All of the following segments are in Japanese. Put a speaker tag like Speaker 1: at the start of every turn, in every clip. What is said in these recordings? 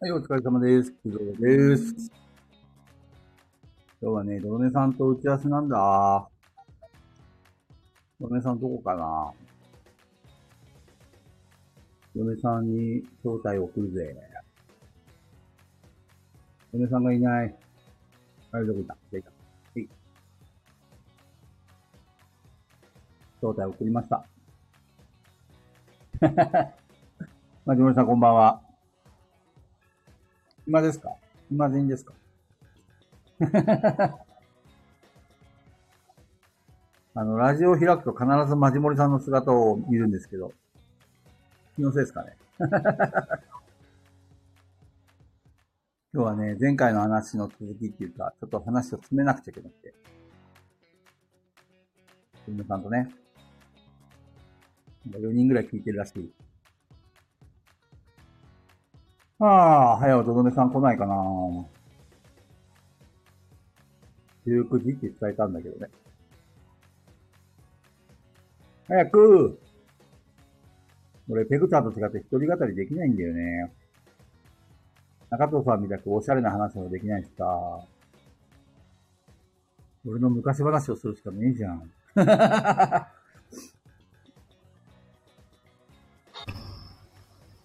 Speaker 1: はい、お疲れ様です。工藤です。今日はね、ドロメさんと打ち合わせなんだ。ドロメさんどこかなドロメさんに招待を送るぜ。ドロメさんがいない。あれどこいた出た。はい。招待を送りました。 まじもりさんこんばんは。暇ですか暇人ですか あの、ラジオを開くと必ずマジモリさんの姿を見るんですけど、気のせいですかね。 今日はね、前回の話の続きっていうか、ちょっと話を詰めなくちゃいけなくて。皆さんとね、4人ぐらい聞いてるらしい。ああ、早尾とどめさん来ないかな19時って伝えたんだけどね。早く俺、ペグちゃんと違って一人語りできないんだよね。中藤さんみたくおしゃれな話もできないしさ。俺の昔話をするしかねえじゃん。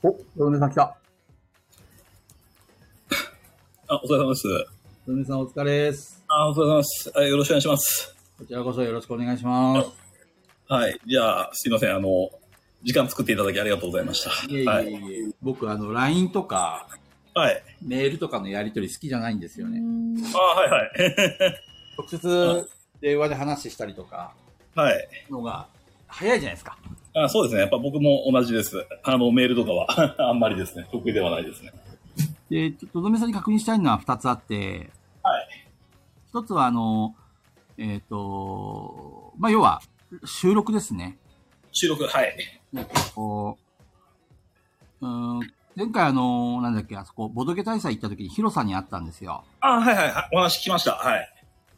Speaker 1: お、どめさん来た。
Speaker 2: あ、お疲れ様です。
Speaker 1: どめさんお疲れです。
Speaker 2: あ、お疲れ様です。はい、よろしくお願いします。
Speaker 1: こちらこそよろしくお願いします。
Speaker 2: はい、じゃあ、すいません。あの、時間作っていただきありがとうございました。
Speaker 1: いえい
Speaker 2: は
Speaker 1: え
Speaker 2: い。
Speaker 1: いえ、僕、あの、LINE とか、
Speaker 2: はい。
Speaker 1: メールとかのやりとり好きじゃないんですよね。
Speaker 2: あ、はいはい。
Speaker 1: 直接電話で話したりとか、
Speaker 2: はい。
Speaker 1: のが、早いじゃないですか。
Speaker 2: あそうですね。やっぱ僕も同じです。あの、メールとかはあんまりですね。得意ではないですね。
Speaker 1: で、ちょっと、とどめさんに確認したいのは2つあって、。
Speaker 2: はい
Speaker 1: 1つは、あの、えっ、と、まあ、要は、収録ですね。
Speaker 2: 収録、はい。
Speaker 1: こう、うーん、前回あの、なんだっけ、あそこ、ボドゲ大祭行った時にヒロさんに会ったんですよ。
Speaker 2: あ、はいはいはい。お話聞きました。はい。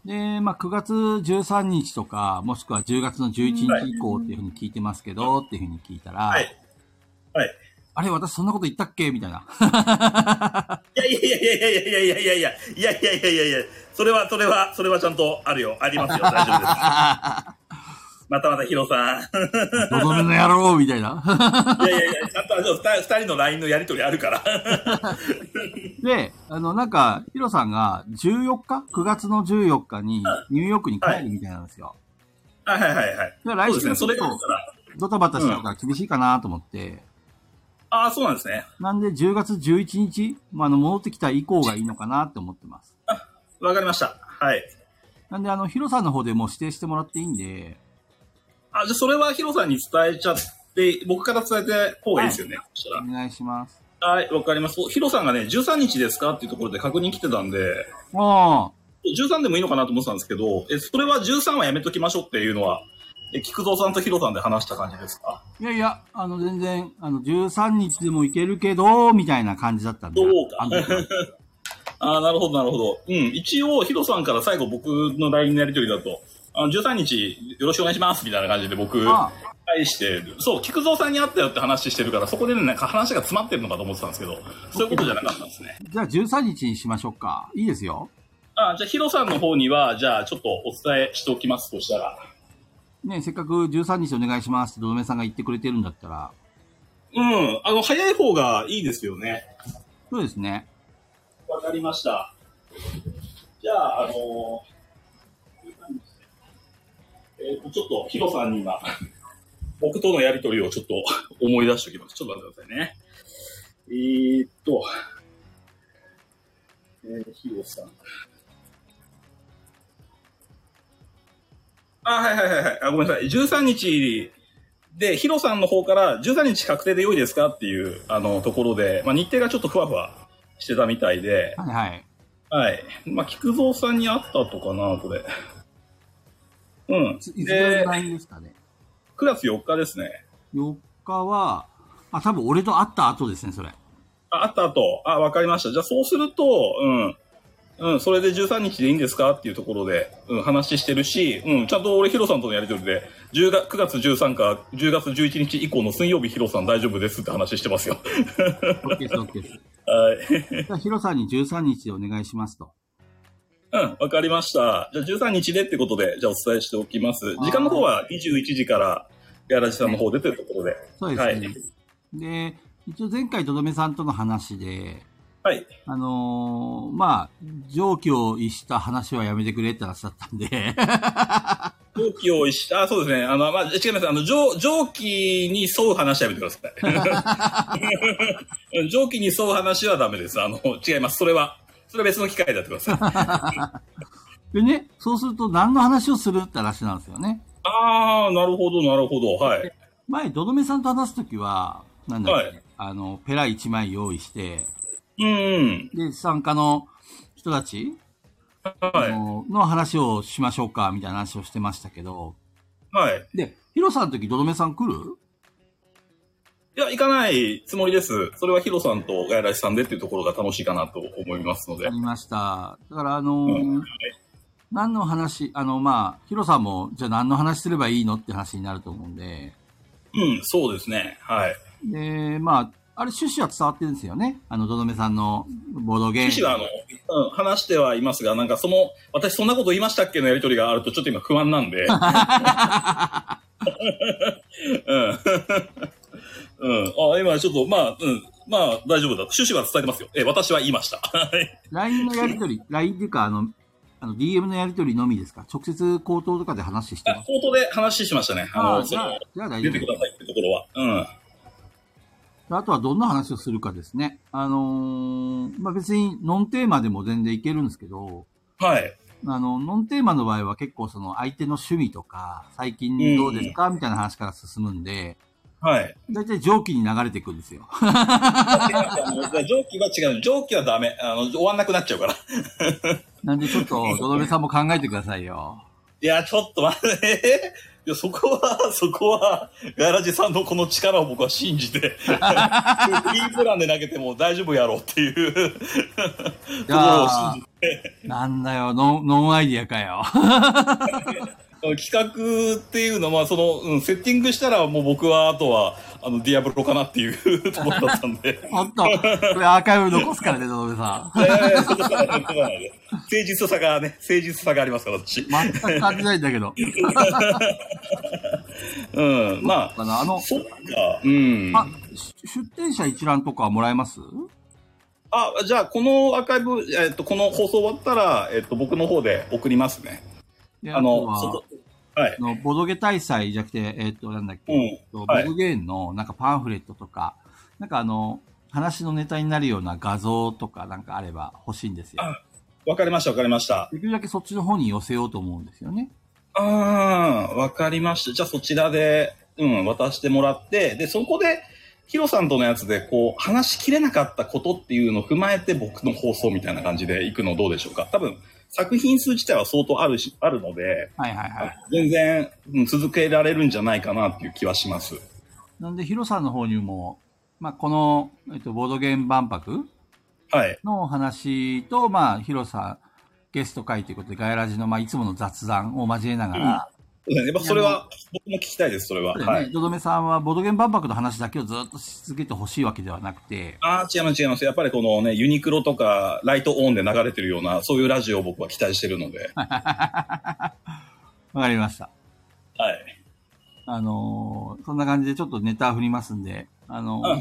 Speaker 1: で、まあ、9月13日とか、もしくは10月の11日以降っていうふうに聞いてますけど、っていうふうに聞いたら、
Speaker 2: はいはい
Speaker 1: あれ、私そんなこと言ったっけみたい な。
Speaker 2: いやいやいやいやいやいやいやいやいやいやいやいやいやそれは、それは、それはちゃんとあるよ。ありますよ。大丈夫です。またまたヒロさん。
Speaker 1: とどめの野郎みたいな。
Speaker 2: いやいやいや、ちゃんとあの二人二人の LINE のやりとりあるから。
Speaker 1: で、あの、なんか、ヒロさんが14日 ?9 月の14日にニューヨークに帰るみたいなんですよ。
Speaker 2: はいはいはいはい。
Speaker 1: で
Speaker 2: そう
Speaker 1: 来
Speaker 2: です
Speaker 1: 週ち
Speaker 2: ね。
Speaker 1: ょ
Speaker 2: そ
Speaker 1: っ
Speaker 2: れがある
Speaker 1: と
Speaker 2: から。
Speaker 1: ドタバタしちゃうから厳しいかなと思って、
Speaker 2: ああ、そうなんですね。
Speaker 1: なんで10月11日、まあ、あの、戻ってきた以降がいいのかなって思ってます。
Speaker 2: わかりました。はい。
Speaker 1: なんで、あの、ヒロさんの方でもう指定してもらっていいんで、
Speaker 2: あ、じゃあそれはヒロさんに伝えちゃって、僕から伝えて方がいいですよね。そした
Speaker 1: お願いします。
Speaker 2: ら。はい、わかります。おヒロさんがね、13日ですかっていうところで確認来てたんで、
Speaker 1: ああ、
Speaker 2: 13でもいいのかなと思ってたんですけど、え、それは13はやめときましょうっていうのは、え、菊蔵さんとヒロさんで話した感じですか
Speaker 1: いやいや、あの、全然、あの、13日でも行けるけど、みたいな感じだったんで。
Speaker 2: どうか
Speaker 1: あの
Speaker 2: ああ、なるほど、なるほど。うん、一応ヒロさんから最後僕の LINE のやりとりだと、あ13日よろしくお願いしますみたいな感じで僕、
Speaker 1: あ
Speaker 2: 対してるそう、菊蔵さんに会ったよって話してるから、そこでね、なんか話が詰まってるのかと思ってたんですけど、そういうことじゃなかったんです ね。
Speaker 1: じゃあ13日にしましょうか。いいですよ。
Speaker 2: あじゃあ、ヒロさんの方には、じゃあ、ちょっとお伝えしておきますとしたら。
Speaker 1: ね、せっかく13日お願いしますって、どどめさんが言ってくれてるんだったら。
Speaker 2: うん、あの、早い方がいいですよね。
Speaker 1: そうですね。
Speaker 2: わかりました。じゃあ、あのーえっ、と、ちょっと、ヒロさんに今、僕とのやりとりをちょっと思い出しておきます。ちょっと待ってくださいね。えー、っと、えー、ヒロさん。あ、はいはいはいはい。あごめんなさい。13日で、ヒロさんの方から13日確定で良いですかっていう、あの、ところで、まあ、日程がちょっとふわふわしてたみたいで、
Speaker 1: はいはい。
Speaker 2: はい。まあ、菊蔵さんに会ったとかな、これ。 うん
Speaker 1: つ。いつぐらい
Speaker 2: で
Speaker 1: の、ラインですかね。
Speaker 2: 9月4日ですね。
Speaker 1: 4日は、あ、多分俺と会った後ですね、それ。
Speaker 2: あ、あった後。あ、わかりました。じゃあ、そうすると、うん。うん、それで13日でいいんですかっていうところで、うん、話してるし、うん、ちゃんと俺、ヒロさんとのやりとりで、10月9月13か10月11日以降の水曜日、ヒロさん大丈夫ですって話してますよ。
Speaker 1: OK です、OK です。
Speaker 2: はい。
Speaker 1: じゃあ、ヒロさんに13日お願いしますと。
Speaker 2: うん、わかりました。じゃあ13日でってことで、じゃあお伝えしておきます。時間の方は21時から、やらじさんの方でというところで。
Speaker 1: そうですね。で、一応前回、とどめさんとの話で、
Speaker 2: はい。
Speaker 1: あのーまあ、上記を逸した話はやめてくれって話だったんで、
Speaker 2: 蒸気をし、あ、そうですね。あの、まあ、違います。あの、蒸、蒸気に沿う話はやめてください。蒸気に沿う話はダメです。あの、違います。それは、それは別の機会でやってください。
Speaker 1: でね、そうすると何の話をするって話なんですよね。
Speaker 2: ああ、なるほど、なるほど。はい。
Speaker 1: 前、どどめさんと話すときは、なんだっけ、
Speaker 2: は
Speaker 1: あの、ペラ1枚用意して、
Speaker 2: うん。
Speaker 1: で、参加の人たちあ
Speaker 2: は
Speaker 1: のの話をしましょうか、みたいな話をしてましたけど、
Speaker 2: い。はい。
Speaker 1: で、ヒロさんの時、どどめさん来る
Speaker 2: いや、行かないつもりです。それはヒロさんとガイラシさんでっていうところが楽しいかなと思いますので
Speaker 1: あ。りました。だから、あのー
Speaker 2: うん
Speaker 1: 何の話、あの、まあ、ヒロさんも、じゃあ何の話すればいいのって話になると思うんで、
Speaker 2: うん、そうですね。はい。
Speaker 1: で、まあ、あれ趣旨は伝わってるんですよね。あの、どどめさんのボードゲーム。
Speaker 2: 記事は、あの、うん、話してはいますが、なんかその、私そんなこと言いましたっけのやりとりがあると、ちょっと今不安なん で。うん。うん。あ、今ちょっと、まあ、うん。まあ、大丈夫だ。趣旨は伝えてますよ。え、私は言いました。はい。
Speaker 1: LINE のやりとり、LINE っていうか、あの、あの DM のやりとりのみですか直接口頭とかで話して
Speaker 2: あ
Speaker 1: ます。
Speaker 2: 口頭で話しましたね。あ
Speaker 1: あ
Speaker 2: の、
Speaker 1: じ
Speaker 2: そ
Speaker 1: ゃ
Speaker 2: の
Speaker 1: あ、、じゃあ大丈
Speaker 2: 出
Speaker 1: 夫で
Speaker 2: てく
Speaker 1: す
Speaker 2: ださいってところは。うん。
Speaker 1: あとはどんな話をするかですね。あのーまあ、別にノンテーマでも全然いけるんですけど、
Speaker 2: はい。
Speaker 1: あの、ノンテーマの場合は結構その相手の趣味とか、最近どうですかみたいな話から進むんで、
Speaker 2: はい。
Speaker 1: だいたい上記に流れていくんですよ。
Speaker 2: あの蒸気は違う。蒸気はダメ。あの、終わんなくなっちゃうから。
Speaker 1: なんでちょっと、どどめさんも考えてくださいよ。
Speaker 2: いや、ちょっと待って。 いや、そこは、 そこは、ガラジさんのこの力を僕は信じて、 いいプランで投げても大丈夫やろうっていう とこ
Speaker 1: じ
Speaker 2: ろ
Speaker 1: ゃ
Speaker 2: を
Speaker 1: あ
Speaker 2: 信じ、
Speaker 1: なんだよ、ノン、ノンアイディアかよ。
Speaker 2: て、企画っていうのは、その、うん、セッティングしたらもう僕は、あとは、あの、ディアブロかなっていう ところだったんで、
Speaker 1: ほんと、これアーカイブ残すからね、どどめさん。
Speaker 2: えーそこはそこはね誠実さがね、誠実さがありますから、私。
Speaker 1: 全く感じないんだけど。
Speaker 2: うん、まあ、
Speaker 1: あの、あの、
Speaker 2: そっか、うん。
Speaker 1: あし出展者一覧とかもらえます
Speaker 2: あ、じゃあ、このアーカイブ、えっと、この放送終わったら、えっと、僕の方で送りますね。
Speaker 1: で
Speaker 2: あ
Speaker 1: と
Speaker 2: の、
Speaker 1: は
Speaker 2: 外はい
Speaker 1: あ。のボドゲ大祭じゃなくて、えっ、と、なんだっけ、
Speaker 2: うん
Speaker 1: えっとボ
Speaker 2: はい
Speaker 1: ドゲーンのなんかパンフレットとか、なんかあの、話のネタになるような画像とかなんかあれば欲しいんですよ。
Speaker 2: あわかりました、わかりました。
Speaker 1: できるだけそっちの方に寄せようと思うんですよね。
Speaker 2: あー、わかりました。じゃあ、そちらで、うん、渡してもらって、で、そこで、ヒロさんとのやつで、こう、話しきれなかったことっていうのを踏まえて、僕の放送みたいな感じで行くのどうでしょうか。多分、作品数自体は相当あるし、あるので、
Speaker 1: はいはいはい。
Speaker 2: 全然、うん、続けられるんじゃないかなっていう気はします。
Speaker 1: なんで、ヒロさんの方にも、まあ、この、えっ、と、ボードゲーム万博
Speaker 2: はい。
Speaker 1: の話と、まあ、ヒロさん、ゲスト会ということで、ガヤラジの、まあ、いつもの雑談を交えながら、
Speaker 2: そうですねやっぱそれは、僕も聞きたいです、それは。
Speaker 1: そうだよ
Speaker 2: はい
Speaker 1: ね。。どどめさんはボードゲーム万博の話だけをずっとし続けてほしいわけではなくて、
Speaker 2: ああ、違います、違います。やっぱりこのね、ユニクロとか、ライトオンで流れてるような、そういうラジオを僕は期待してるので。はい。
Speaker 1: わかりました。あのーそんな感じでちょっとネタ振りますんで、あの
Speaker 2: う
Speaker 1: ー
Speaker 2: ん。わ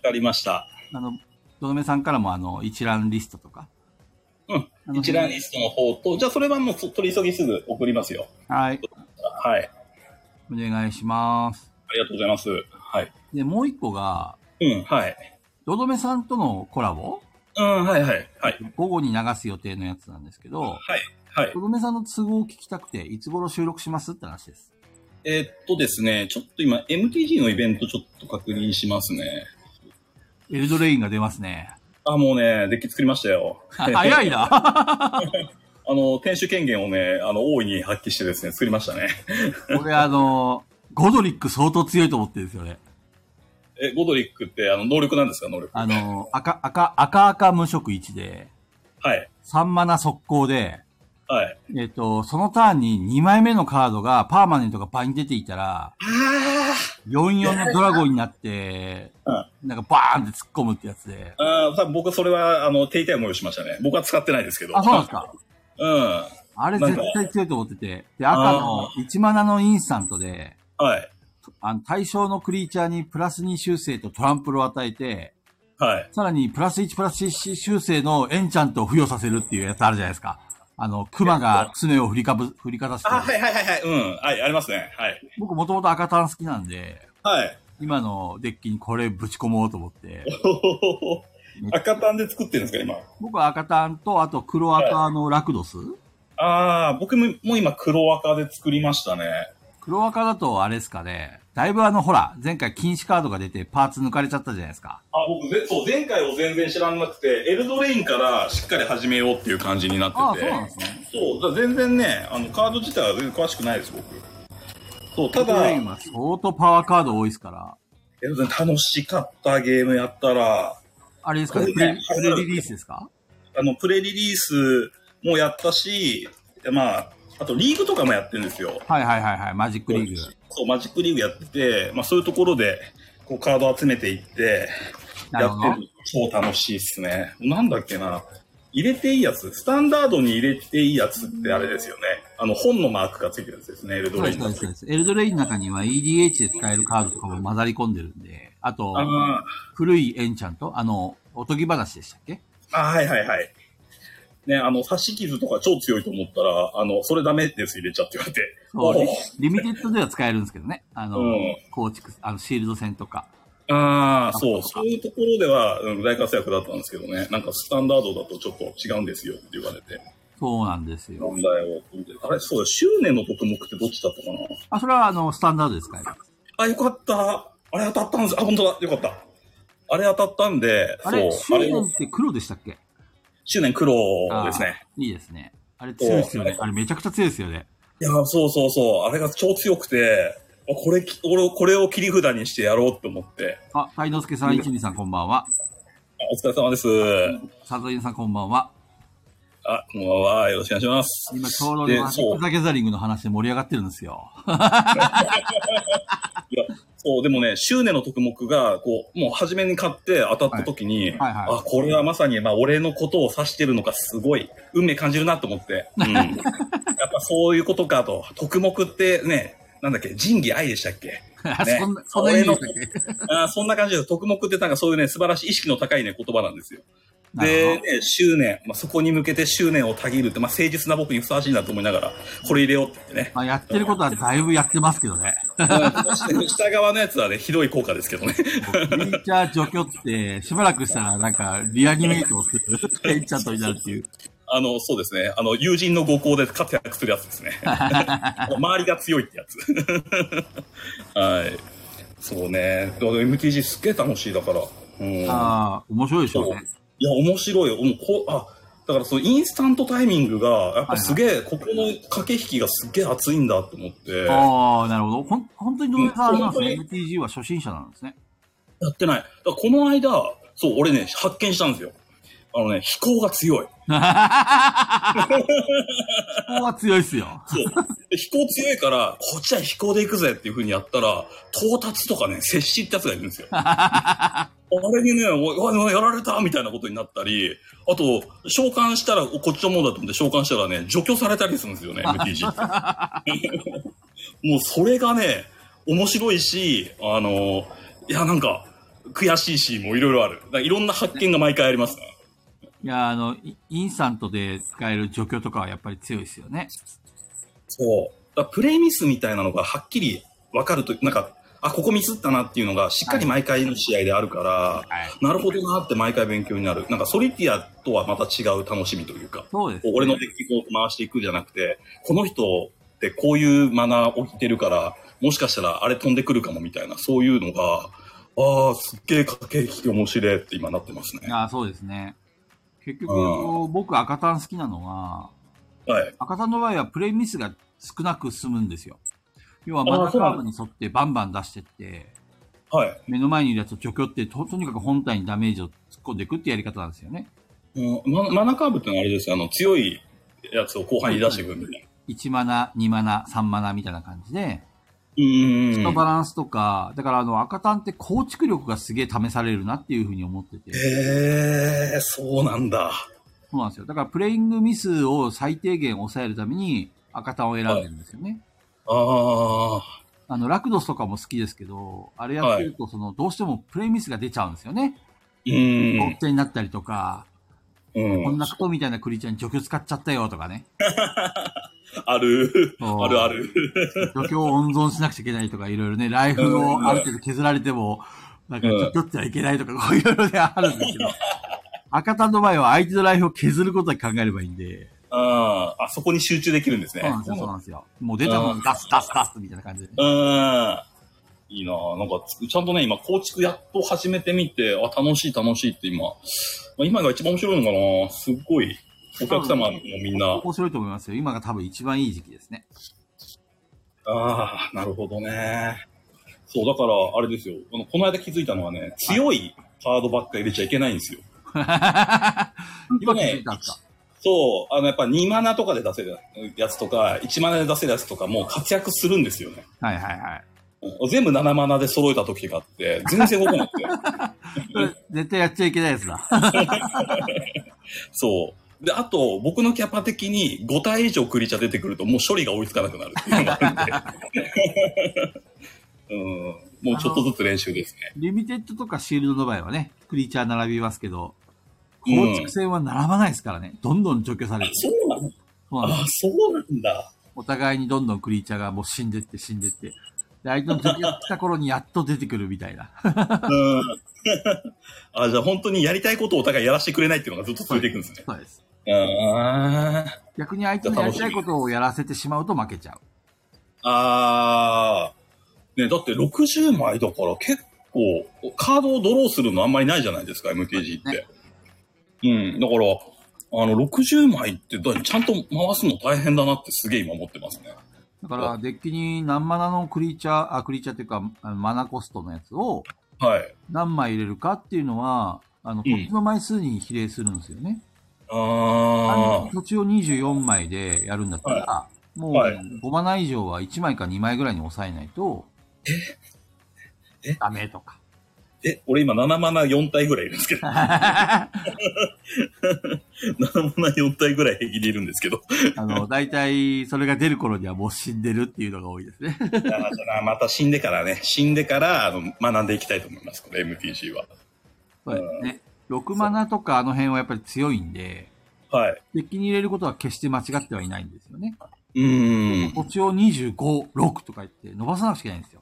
Speaker 2: かりました。
Speaker 1: あの、どどめさんからもあの、一覧リストとか。
Speaker 2: うん
Speaker 1: あの。
Speaker 2: 一覧リストの方と、じゃあそれはもうそ取り急ぎすぐ送りますよ。
Speaker 1: はい。
Speaker 2: はい。
Speaker 1: お願いします。
Speaker 2: ありがとうございます。はい。
Speaker 1: で、もう一個が、
Speaker 2: うん、はい。
Speaker 1: どどめさんとのコラボ
Speaker 2: うん、はい、はい。はい。
Speaker 1: 午後に流す予定のやつなんですけど、
Speaker 2: はい。はい
Speaker 1: ど。どめさんの都合を聞きたくて、いつ頃収録しますって話です。
Speaker 2: えーっとですね、ちょっと今、MTG のイベントちょっと確認しますね。
Speaker 1: エルドレインが出ますね。
Speaker 2: あ、もうね、デッキ作りましたよ。
Speaker 1: 早いな。
Speaker 2: あの、店主権限をね、あの、大いに発揮してですね、作りましたね。
Speaker 1: 俺あの、ゴドリック相当強いと思ってるんですよね。
Speaker 2: え、ゴドリックって、あの、能力なんですか、能力。
Speaker 1: あの、赤、赤、赤赤無色1で、
Speaker 2: はい。
Speaker 1: 3マナ速攻で、
Speaker 2: はい。
Speaker 1: えっ、と、そのターンに2枚目のカードがパーマネントが倍に出ていたら、
Speaker 2: あ
Speaker 1: 44のドラゴンになって、なんかバーンって突っ込むってやつで。
Speaker 2: あ、あー多分僕それは、あの、手痛い思いをしましたね。僕は使ってないですけど。
Speaker 1: あ、そうなんですか。
Speaker 2: うん。は
Speaker 1: あれ
Speaker 2: なん
Speaker 1: 絶
Speaker 2: か
Speaker 1: 対強いと思ってて。で、赤の
Speaker 2: あ
Speaker 1: 1マナのインスタントで、
Speaker 2: い。
Speaker 1: あの対象のクリーチャーにプラス2修正とトランプルを与えて、
Speaker 2: はい。
Speaker 1: さらにプラス1プラス1修正のエンチャントを付与させるっていうやつあるじゃないですか。あの、熊が爪を振りかぶ、振りかざして
Speaker 2: あ、は
Speaker 1: る。
Speaker 2: いはいはいはい。うん。はい、ありますね。はい。
Speaker 1: 僕もともと赤タン好きなんで、
Speaker 2: はい。
Speaker 1: 今のデッキにこれぶち込もうと思って。
Speaker 2: 赤パンで作ってるんですか、今。
Speaker 1: 僕は赤タンと、あと黒赤のラクドス、
Speaker 2: ああ、僕ももう今黒赤で作りましたね。
Speaker 1: 黒赤だとあれですかね。だいぶあの、ほら、前回禁止カードが出てパーツ抜かれちゃったじゃないですか。
Speaker 2: あ、僕ぜ、そう、前回を全然知らなくて、エルドレインからしっかり始めようっていう感じになってて。
Speaker 1: ああ、そうなんですね。
Speaker 2: そう、だから全然ね、あの、カード自体は全然詳しくないです、僕。そう、た
Speaker 1: た
Speaker 2: だ、
Speaker 1: だ、
Speaker 2: エ
Speaker 1: 今相当パワーカード多いですから、
Speaker 2: ルドレイン楽しかったゲームやったら、
Speaker 1: あれですかね、プ
Speaker 2: そう
Speaker 1: レ
Speaker 2: ですね
Speaker 1: プレリリースですか
Speaker 2: あの、プレリリースもやったし、まあ、あとリーグとかもやってるんですよ。
Speaker 1: はいはいはいはい、マジックリーグ。
Speaker 2: そう、マジックリーグやってて、まあそういうところで、こうカード集めていって、
Speaker 1: なる
Speaker 2: や
Speaker 1: ほ
Speaker 2: っ
Speaker 1: ど
Speaker 2: て。る。超楽しいっすね。なんだっけな。入れていいやつ、スタンダードに入れていいやつってあれですよね。あの、本のマークがついてるやつですね、エルド
Speaker 1: そう
Speaker 2: レ
Speaker 1: で
Speaker 2: イ
Speaker 1: す
Speaker 2: ン
Speaker 1: そ
Speaker 2: の
Speaker 1: うですそうです。エルドレインの中には EDH で使えるカードとかも混ざり込んでるんで、あと、
Speaker 2: あ
Speaker 1: 古いエンチャント、あの、おとぎ話でしたっけ
Speaker 2: ーあー、はいはいはい。ね、あの、刺し傷とか超強いと思ったら、あの、それダメです、入れちゃって言われて。
Speaker 1: そう
Speaker 2: お
Speaker 1: リ
Speaker 2: う、
Speaker 1: リミテッドでは使えるんですけどね。あの、
Speaker 2: うん
Speaker 1: 構築、あの、シールド戦とか。
Speaker 2: ああ、そう、そういうところでは、うん、大活躍だったんですけどね、なんかスタンダードだとちょっと違うんですよって言われて、
Speaker 1: そうなんですよ。
Speaker 2: 問題を。あれ、そうだ、執念の特目ってどっちだったかな
Speaker 1: あ、それはあの、スタンダードで使える。
Speaker 2: あ、よかった。あれ当たったんです。あ、本当だ。よかった。あれ当たったんで、
Speaker 1: あれ、
Speaker 2: そう、
Speaker 1: 執
Speaker 2: あれ
Speaker 1: 念、って黒でしたっけ
Speaker 2: 執念黒ですね。
Speaker 1: いいですね。あれ強いですよね。
Speaker 2: そう
Speaker 1: あれめちゃくちゃ強いですよね。
Speaker 2: いや、そうそうそう。あれが超強くて、あこれき、俺を、これを切り札にしてやろうって思って。
Speaker 1: あ、タイノスケさん、一二さんこんばんは。
Speaker 2: あお疲れ様です。
Speaker 1: サトインさんこんばんは。
Speaker 2: あ、こんばんは。よろしくお願いします。
Speaker 1: 今ちょうど
Speaker 2: で
Speaker 1: ね、マジッ
Speaker 2: そう
Speaker 1: ク・ザ・ギャザリングの話で盛り上がってるんですよ。
Speaker 2: そう、でもね、執念の特目が、こう、もう初めに買って当たった時
Speaker 1: はい
Speaker 2: に、
Speaker 1: はいはい
Speaker 2: あ、これはまさに、まあ、俺のことを指してるのか、すごい、運命感じるなと思って。うん。 やっぱそういうことかと。特目ってね、なんだっけ、仁義愛でしたっけ
Speaker 1: そんな、そんな意味でしたっけ
Speaker 2: あーそんな感じで、特目ってなんかそういうね、素晴らしい意識の高いね、言葉なんですよ。
Speaker 1: な
Speaker 2: で、
Speaker 1: る
Speaker 2: ね、執念、まあ、そこに向けて執念をたぎるって、まあ、誠実な僕にふさわしいなと思いながら、これ入れようって言ってね。
Speaker 1: まあ、やってることはだいぶやってますけどね。
Speaker 2: うん下側のやつはね、ひどい効果ですけどね。
Speaker 1: フューチャー除去って、しばらくしたらなんか、リアニメイトをする、 エンチャントになるっていう。
Speaker 2: あの、そうですね。あの、友人のご行で活躍するやつです ね。周りが強いってやつ。 はい。そうね。だから MTG すっげえ楽しいだから。うん。
Speaker 1: ああ、面白いでしょう
Speaker 2: そう
Speaker 1: ね。
Speaker 2: いや、面白いよ。もうこう、あ、だからそのインスタントタイミングが、やっぱすげえ、ここの駆け引きがすっげえ熱いんだと思って、や
Speaker 1: ああ、なるほど。ほん、本当にどういう感じなんですね。
Speaker 2: うん
Speaker 1: MTG は初心者なんですね。
Speaker 2: ってない。だからこの間、そう、俺ね、発見したんですよ。あのね、飛行が強い。
Speaker 1: ここは強いっすよ。
Speaker 2: で飛行強いから、こっちは飛行で行くぜっていう風にやったら、到達とかね、接しってやつがいるんですよ。あれにね、おいおいおいやられたみたいなことになったり、あと、召喚したら、おこっちのもんだと思って召喚したらね、除去されたりするんですよね、MTG って。 もうそれがね、面白いし、あの、いや、なんか、悔しいし、もういろいろある。だからいろんな発見が毎回ありますね。
Speaker 1: いや、あの、イインスタントで使える除去とかはやっぱり強いですよね。
Speaker 2: そう。だからプレイミスみたいなのがはっきり分かると、なんか、あ、ここミスったなっていうのがしっかり毎回の試合であるから、
Speaker 1: はい。
Speaker 2: なるほどなって毎回勉強になる。なんかソリティアとはまた違う楽しみというか、
Speaker 1: そうです、
Speaker 2: こう俺のデッキを回していくじゃなくて、この人ってこういうマナーを着てるから、もしかしたらあれ飛んでくるかもみたいな、そういうのが、ああ、すっげえ駆け引き面白いって今なってますね。
Speaker 1: ああ、そうですね。結局
Speaker 2: う、
Speaker 1: 僕赤タン好きなのは、
Speaker 2: はい。
Speaker 1: 赤タンの場合はプレイミスが少なく済むんですよ。要はマナーカーブに沿ってバンバン出してって、
Speaker 2: はい。
Speaker 1: 目の前にいるやつを除去ってと、とにかく本体にダメージを突っ込んでいくってやり方なんですよね。
Speaker 2: ママナカーブってのはあれですよあの、強いやつを後半に出してくるみたいな。
Speaker 1: 1マナ、2マナ、3マナみたいな感じで、
Speaker 2: う
Speaker 1: そ
Speaker 2: んうんう
Speaker 1: の
Speaker 2: ん。
Speaker 1: バランスとか、だからあの赤単って構築力がすげえ試されるなっていうふうに思ってて。
Speaker 2: へえー、そうなんだ。
Speaker 1: そうなんですよ。だからプレイングミスを最低限抑えるために赤単を選んでるんですよね。
Speaker 2: ああ、
Speaker 1: あの、ラクドスとかも好きですけど、あれやってると、その、どうしてもプレイミスが出ちゃうんですよね。
Speaker 2: う
Speaker 1: 追
Speaker 2: ん
Speaker 1: っ。手になったりとか、
Speaker 2: う
Speaker 1: こん
Speaker 2: ん。
Speaker 1: なことみたいなクリーチャーに除去使っちゃったよとかね。
Speaker 2: ある、
Speaker 1: そう
Speaker 2: あるあ る。
Speaker 1: 除去を温存しなくちゃいけないとか、いろいろね、ライフをある程度削られても、なんか除去ってはいけないとか、こういろいろね、あるんですけ ど。赤単の場合は相手のライフを削ることだけ考えればいいんで。
Speaker 2: ああ、あそこに集中できるんですね。
Speaker 1: そうなんですよ、そうなんですよ。もう出たもの出す出す出すみたいな感じでね。
Speaker 2: うん。いいなぁ。なんか、ちゃんとね、今、構築やっと始めてみて、あ、楽しい楽しいって今、まあ、今が一番面白いのかなすっごい、お客様もみんな、
Speaker 1: 面白いと思いますよ。今が多分一番いい時期ですね。
Speaker 2: ああ、なるほどね。そう、だから、あれですよ。あのこの間気づいたのはね、強いカードばっか入れちゃいけないんですよ。
Speaker 1: 今気づいたんですか
Speaker 2: そう、あの、やっぱ2マナとかで出せるやつとか、1マナで出せるやつとか、もう活躍するんですよね。
Speaker 1: はいはいはい。
Speaker 2: 全部7マナで揃えた時があって、全然動か なくて。
Speaker 1: 絶対やっちゃいけないやつだ。
Speaker 2: そう。で、あと、僕のキャパ的に5体以上クリーチャー出てくると、もう処理が追いつかなくなるっていうのがあるんで。 うん。もうちょっとずつ練習ですね。
Speaker 1: リミテッドとかシールドの場合はね、クリーチャー並びますけど、
Speaker 2: うん
Speaker 1: 構築戦は並ばないですからね。どんどん除去され
Speaker 2: あ
Speaker 1: て、
Speaker 2: そうなの
Speaker 1: そうなんです
Speaker 2: あ、そうなんだ。
Speaker 1: お互いにどんどんクリーチャーがもう死んでって死んでって。で、相手の除去が来た頃にやっと出てくるみたいな。
Speaker 2: うん。 あ、じゃあ本当にやりたいことをお互いやらせてくれないっていうのがずっと続いていくんですね。
Speaker 1: そうです。
Speaker 2: うん。
Speaker 1: 逆に相手のやりたいことをやらせてしまうと負けちゃう。
Speaker 2: あー。ね、だって60枚だから結構、カードをドローするのあんまりないじゃないですか、MKG って。うん。だから、あの、60枚ってだちゃんと回すの大変だなってすげえ今思ってますね。
Speaker 1: だから、デッキに何マナのクリーチャー、あ、クリーチャーっていうか、あマナコストのやつを
Speaker 2: はい。
Speaker 1: 何枚入れるかっていうのは、あの、こ
Speaker 2: うん
Speaker 1: っちの枚数に比例するんですよね。
Speaker 2: あ
Speaker 1: 土地を24枚でやるんだったら、もう
Speaker 2: はい
Speaker 1: 5マナ以上は1枚か2枚ぐらいに抑えないと、
Speaker 2: ええ
Speaker 1: ダメとか。
Speaker 2: ー。え、俺今7マナ4体ぐらいいるんですけど、7マナ4体ぐらい平気でいるんですけど。
Speaker 1: あ の、大体、それが出る頃にはもう死んでるっていうのが多いですね。
Speaker 2: あーじゃあなまた死んでからね、死んでからあの学んでいきたいと思います、これ MTG は。
Speaker 1: そうですね。6マナとかあの辺はやっぱり強いんで、
Speaker 2: はい。
Speaker 1: デッキに入れることは決して間違ってはいないんですよね。
Speaker 2: うーん。
Speaker 1: 土地を25、6とか言って伸ばさなくちゃいけないんですよ。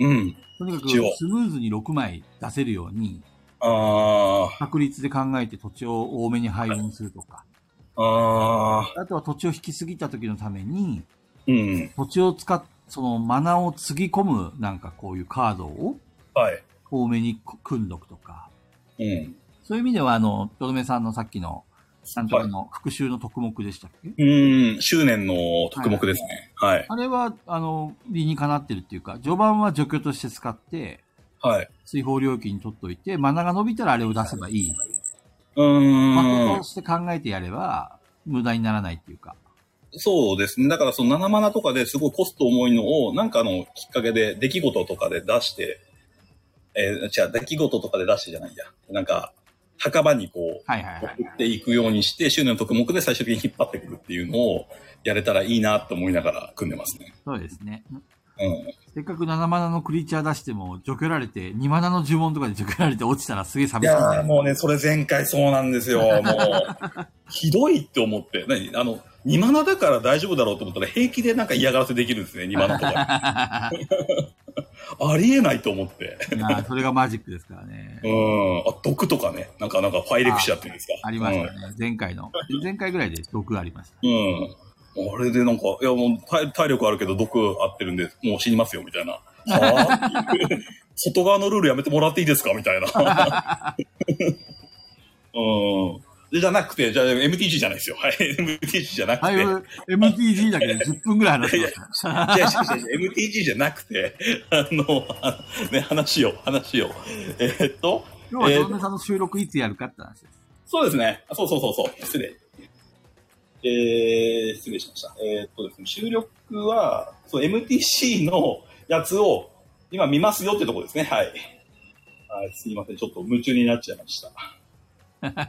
Speaker 2: うん。
Speaker 1: とにかく
Speaker 2: 一応
Speaker 1: スムーズに6枚出せるように、
Speaker 2: あ
Speaker 1: 確率で考えて土地を多めに配分するとか、
Speaker 2: あ、ああ、
Speaker 1: あとは土地を引きすぎた時のために、
Speaker 2: うん。
Speaker 1: 土地を使っ、そのマナをつぎ込むなんかこういうカードを
Speaker 2: はい。
Speaker 1: 多めに組んどくとか、
Speaker 2: うん。
Speaker 1: そういう意味ではあの、とどめさんのさっきの、なんとかの復習の特目でしたっけ、
Speaker 2: うん、執念の特目ですね。はい。
Speaker 1: あれは、あの、理にかなってるっていうか、序盤は除去として使って、
Speaker 2: はい。
Speaker 1: 水放領域に取っといて、マナが伸びたらあれを出せばいい。
Speaker 2: うー
Speaker 1: ま
Speaker 2: ん
Speaker 1: と。して考えてやれば、無駄にならないっていうか。
Speaker 2: そうですね。だからその7マナとかですごいコスト重いのを、なんかのきっかけで、出来事とかで出して、えー、違う、出来事とかで出してじゃないや。なんか、墓場にこう、
Speaker 1: はいはい はい。
Speaker 2: 送っていくようにして、執念の特目で最終的に引っ張ってくるっていうのを、やれたらいいなと思いながら組んでますね。
Speaker 1: そうですね。
Speaker 2: うん。
Speaker 1: せっかく7マナのクリーチャー出しても、除去られて、2マナの呪文とかで除去られて落ちたらすげえ
Speaker 2: い
Speaker 1: 寂しい。
Speaker 2: やーもうね、それ前回そうなんですよ。もう、ひどいって思って。何あの、2マナだから大丈夫だろうと思ったら平気でなんか嫌がらせできるんですね、2マ ナとか。ありえないと思って。
Speaker 1: まあそれがマジックですからね
Speaker 2: う。ん。あ、毒とかね。なんか、なんか、ファイレクシアっていうんですか。
Speaker 1: ありましたね。前回の。前回ぐらいで毒ありました。
Speaker 2: うん。うん。あれでなんか、いやもう体体力あるけど毒合ってるんで、もう死にますよ、みたいな。はぁ 外側のルールやめてもらっていいですかみたいな。うん。でじゃなくて、じゃあ MTG じゃないですよ。はい。MTG じゃなくて。
Speaker 1: だいぶ MTG だけで10分ぐらい話してました。
Speaker 2: じゃあ、違う違う違う MTG じゃなくて、あの、あね、話を、話を。えーっと、
Speaker 1: 今日は、ドンネさんの収録いつやるかって話です。
Speaker 2: そうですね。あそうそうそうそう。失礼。えー、失礼しました。えーっとですね、収録は、そう、MTC のやつを今見ますよってとこですね。はい。はい、すいません。ちょっと夢中になっちゃいました。えー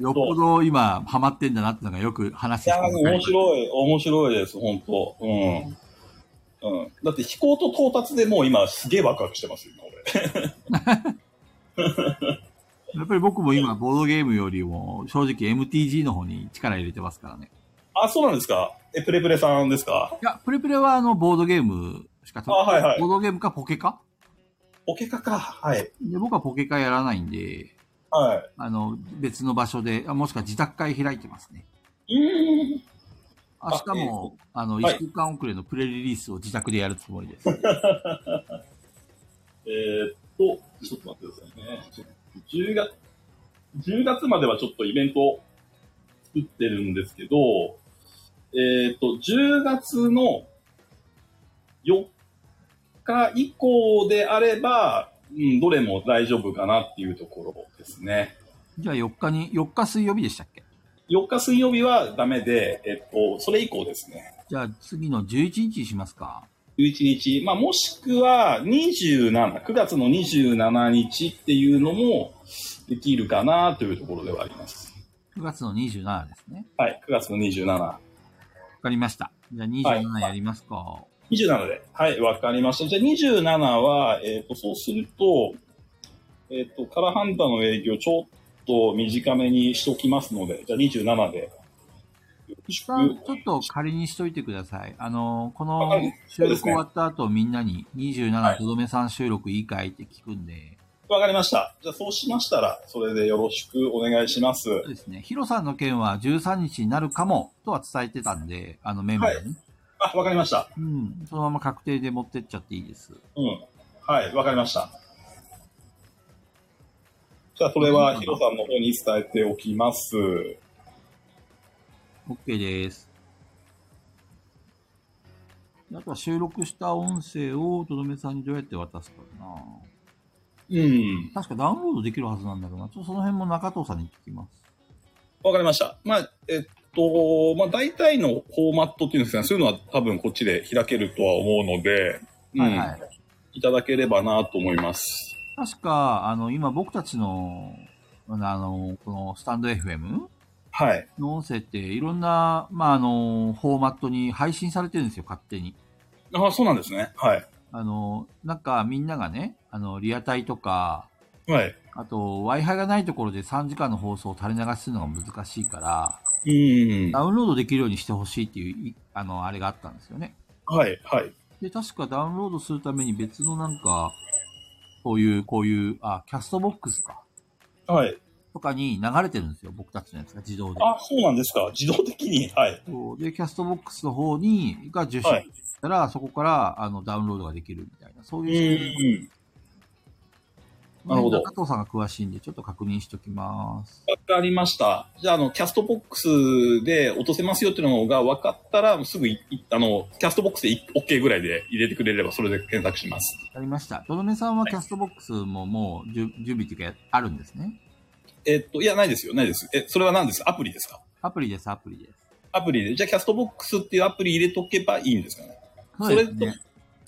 Speaker 1: よっぽど今、ハマってんだなってのがよく話し
Speaker 2: い
Speaker 1: て
Speaker 2: やー、面
Speaker 1: い。
Speaker 2: 白い、面白いです、本当。うん。うん。だって飛行と到達でもう今すげえワクワクしてますよ、今俺。
Speaker 1: やっぱり僕も今、ボードゲームよりも、正直 MTG の方に力入れてますからね。
Speaker 2: あ、そうなんですかえ、プレプレさんですか
Speaker 1: いや、プレプレはあの、ボードゲームしか、
Speaker 2: あはいはい
Speaker 1: ボードゲームかポケか
Speaker 2: ポケカか。はい。
Speaker 1: で、僕はポケかやらないんで、
Speaker 2: は
Speaker 1: あの、別の場所で、あもしくは自宅会開いてますね。
Speaker 2: い。うーん。
Speaker 1: 明日も、あ,、の、
Speaker 2: はい
Speaker 1: 1週間遅れのプレリリースを自宅でやるつもりです。
Speaker 2: えーっと、ちょっと待ってくださいね。ちょっと10月、10月まではちょっとイベントを作ってるんですけど、えーっと、10月の4日以降であれば、うん、どれも大丈夫かなっていうところですね。
Speaker 1: じゃあ4日に、4日水曜日でしたっけ
Speaker 2: 4日水曜日はダメで、えっと、それ以降ですね。
Speaker 1: じゃあ次の11日にしますか。
Speaker 2: 11日、まあ、もしくは27、9月の27日っていうのもできるかなというところではあります。
Speaker 1: 9月の27ですね。
Speaker 2: はい、9月の27。
Speaker 1: わかりました。じゃあ
Speaker 2: は
Speaker 1: 27
Speaker 2: い
Speaker 1: やりますか。
Speaker 2: 27で。はい、わかりました。じゃあ27は、えっ、と、そうすると、えっ、と、カラハンタの営業ちょっと短めにしときますので、じゃあ27で。よろし
Speaker 1: 一
Speaker 2: く。
Speaker 1: 旦ちょっと仮にしといてください。あの、この
Speaker 2: はい
Speaker 1: 収録終わった後みんなに27とどめさん収録いいかいって聞くんで、
Speaker 2: わかりました。じゃあそうしましたら、それでよろしくお願いします。
Speaker 1: そうですね。ヒロさんの件は13日になるかもとは伝えてたんで、あのメモにね、
Speaker 2: あ、わかりました。
Speaker 1: うん。そのまま確定で持ってっちゃっていいです。
Speaker 2: うん。はい、わかりました。じゃあ、それはヒロさんの方に伝えておきます。
Speaker 1: OK です。あとは収録した音声をとどめさんにどうやって渡すかだな。
Speaker 2: うん。
Speaker 1: 確かダウンロードできるはずなんだけどな。ちょっとその辺も中藤さんに聞きます。
Speaker 2: わかりました。まあ、えっと、まあ、大体のフォーマットっていうんですかね、そういうのは多分こっちで開けるとは思うので、うん。
Speaker 1: はいはい。
Speaker 2: いただければなと思います。
Speaker 1: 確か、あの、今僕たちの、あの、このスタンド FM
Speaker 2: はい。
Speaker 1: の音声っていろんな、まあ、あの、フォーマットに配信されてるんですよ、勝手に。
Speaker 2: あ、そうなんですね。はい。
Speaker 1: あの、なんかみんながね、あの、リアタイとか、
Speaker 2: はい。
Speaker 1: あと、Wi-Fi がないところで3時間の放送を垂れ流しするのが難しいから、
Speaker 2: うん。
Speaker 1: ダウンロードできるようにしてほしいっていうい、あの、あれがあったんですよね。
Speaker 2: はい、はい。
Speaker 1: で、確かダウンロードするために別のなんか、そういう、こういう、あ、キャストボックスか。
Speaker 2: はい。
Speaker 1: とかに流れてるんですよ、僕たちのやつが自動で。
Speaker 2: あ、そうなんですか。自動的に。はい。
Speaker 1: そうで、キャストボックスの方に、が受信
Speaker 2: はい
Speaker 1: したら、そこから、あの、ダウンロードができるみたいな、そう
Speaker 2: う
Speaker 1: いう、
Speaker 2: ん。なるほど
Speaker 1: 加藤さんが詳しいんで、ちょっと確認しときます。
Speaker 2: わかりました。じゃあ、あの、キャストボックスで落とせますよっていうのが分かったら、すぐい、いあの、キャストボックスでい OK ぐらいで入れてくれれば、それで検索します。
Speaker 1: わかりました。とどめさんはキャストボックスももう、じゅ準備っていうか、あるんですね。
Speaker 2: えっと、いや、ないですよ、ないです。え、それは何ですアプリですか
Speaker 1: アプリです、アプリです。
Speaker 2: アプリで。じゃあ、キャストボックスっていうアプリ入れとけばいいんですかね。
Speaker 1: そ
Speaker 2: そうれ
Speaker 1: で
Speaker 2: と
Speaker 1: すね。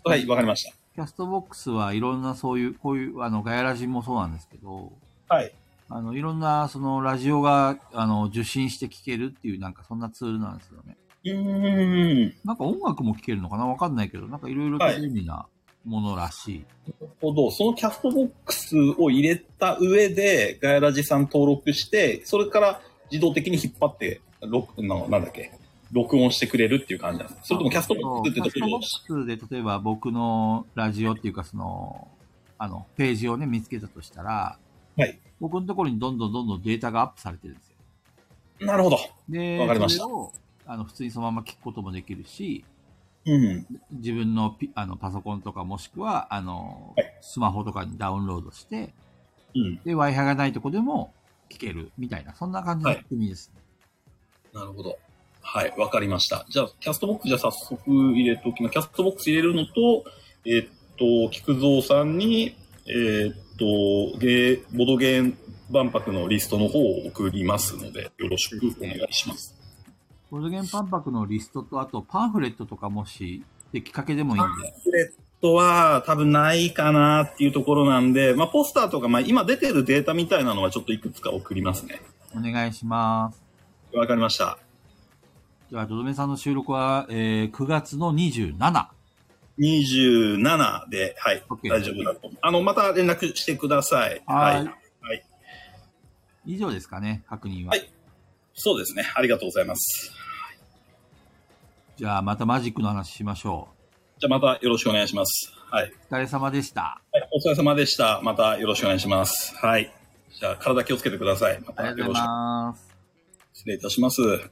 Speaker 2: はい、わかりまし
Speaker 1: キャストボックスはいろんなそういう、こういう、あの、ガヤラジもそうなんですけど、
Speaker 2: た。はい。
Speaker 1: あの、いろんな、その、ラジオが、あの、受信して聴けるっていう、なんか、そんなツールなんですよね。
Speaker 2: うーん。
Speaker 1: なんか音楽も聴けるのかなわかんないけど、なんかいろいろ
Speaker 2: はい
Speaker 1: 便利なものらしい。
Speaker 2: ほど。そのキャストボックスを入れた上で、ガヤラジさん登録して、それから自動的に引っ張って、録ななんだっけ、録音してくれるっていう感じなんですかそれともキャストボックスって
Speaker 1: そうキャス
Speaker 2: と
Speaker 1: ト
Speaker 2: こ
Speaker 1: ボ
Speaker 2: ろ
Speaker 1: ックスで、例えば僕のラジオっていうか、その、あの、ページをね、見つけたとしたら、
Speaker 2: はい
Speaker 1: 僕のところにどんどんどんどんデータがアップされてるんですよ。
Speaker 2: なるほど。
Speaker 1: で、
Speaker 2: わかりました
Speaker 1: それを、あの、普通にそのまま聞くこともできるし、
Speaker 2: うん。
Speaker 1: 自分のピあのパソコンとかもしくは、あの、
Speaker 2: はい
Speaker 1: スマホとかにダウンロードして、
Speaker 2: うん。
Speaker 1: で、Wi-Fi がないとこでも聞けるみたいな、そんな感じの仕組みですね。
Speaker 2: なるほど。はい、わかりました。じゃあ、キャストボックスじゃあ早速入れておきます。キャストボックス入れるのと、えっと、菊蔵さんに、えっと、ゲー、ボードゲー万博のリストの方を送りますので、よろしくお願いします。
Speaker 1: ボードゲーム万博のリストと、あとパンフレットとかもし、できっかけでもいいんで。
Speaker 2: パンフレットは多分ないかなっていうところなんで、まあ、ポスターとか、まあ、今出てるデータみたいなのはちょっといくつか送りますね。
Speaker 1: お願いします。
Speaker 2: わかりました。
Speaker 1: じゃあ、ドドメさんの収録は、えー、9月の27。
Speaker 2: 27で、はい、
Speaker 1: OK
Speaker 2: 大丈夫だと思う。あの、また連絡してください。
Speaker 1: はい
Speaker 2: はい。
Speaker 1: 以上ですかね、確認は。
Speaker 2: はいそうですね。ありがとうございます。
Speaker 1: じゃあ、またマジックの話しましょ
Speaker 2: じゃあまたよろしくお願いします。はい。
Speaker 1: う。お疲れ様でした。
Speaker 2: はい、お疲れ様でした。またよろしくお願いします。はい。じゃあ、体気をつけてください。ま
Speaker 1: あ
Speaker 2: た
Speaker 1: りがと
Speaker 2: よ
Speaker 1: うご
Speaker 2: ろし
Speaker 1: ざい
Speaker 2: く
Speaker 1: ます。
Speaker 2: 失礼いたします。